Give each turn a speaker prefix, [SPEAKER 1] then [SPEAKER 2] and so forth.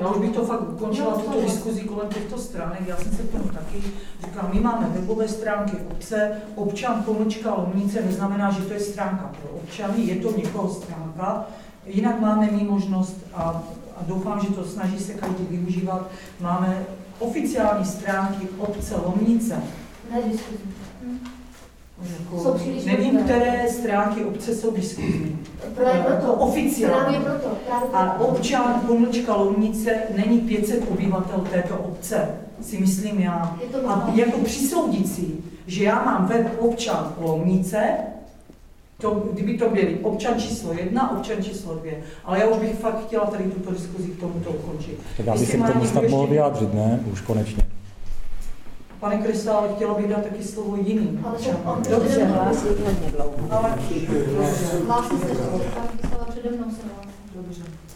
[SPEAKER 1] já už bych to fakt ukončila, no, tuto diskuzi kolem těchto stránek, já jsem se k tomu taky říkala, my máme webové stránky obce, občan pomlčka Lomnice neznamená, že to je stránka pro občany, je to někoho stránka, jinak máme my možnost a, a doufám, že to snaží se každý využívat, máme oficiální stránky obce Lomnice,
[SPEAKER 2] Ne diskuzi. Jsou
[SPEAKER 1] jako,
[SPEAKER 2] příliš
[SPEAKER 1] nevím,
[SPEAKER 2] různé.
[SPEAKER 1] které stránky obce jsou diskuzní.
[SPEAKER 2] Právě proto.
[SPEAKER 1] Oficiálně.
[SPEAKER 2] Právě proto. Právě proto.
[SPEAKER 1] A občan Pomlčka Lounice není 500 obyvatel této obce, si myslím já.
[SPEAKER 2] Je to
[SPEAKER 1] A
[SPEAKER 2] možná.
[SPEAKER 1] jako přisoudit si, že já mám web občan Lounice, to, kdyby to byli občan číslo jedna, občan číslo dvě. Ale já už bych fakt chtěla tady tuto diskuzi k tomuto ukončit.
[SPEAKER 3] Tak já bych
[SPEAKER 1] Jestli
[SPEAKER 3] se
[SPEAKER 1] má
[SPEAKER 3] k tomu
[SPEAKER 1] někdo
[SPEAKER 3] snad
[SPEAKER 1] ještě-
[SPEAKER 3] mohl vyjádřit, ne? Už konečně.
[SPEAKER 1] Pane Krysa, ale chtěla bych dát taky slovo jiným
[SPEAKER 2] Ale že
[SPEAKER 1] občanům.
[SPEAKER 2] on to
[SPEAKER 1] Dobře,
[SPEAKER 2] přede mnou.
[SPEAKER 1] ale-
[SPEAKER 4] hodně dlouho.
[SPEAKER 1] ale dobře.
[SPEAKER 2] Hlásí se, pan Vyslava přede mnou se hlásí.
[SPEAKER 4] Dobře.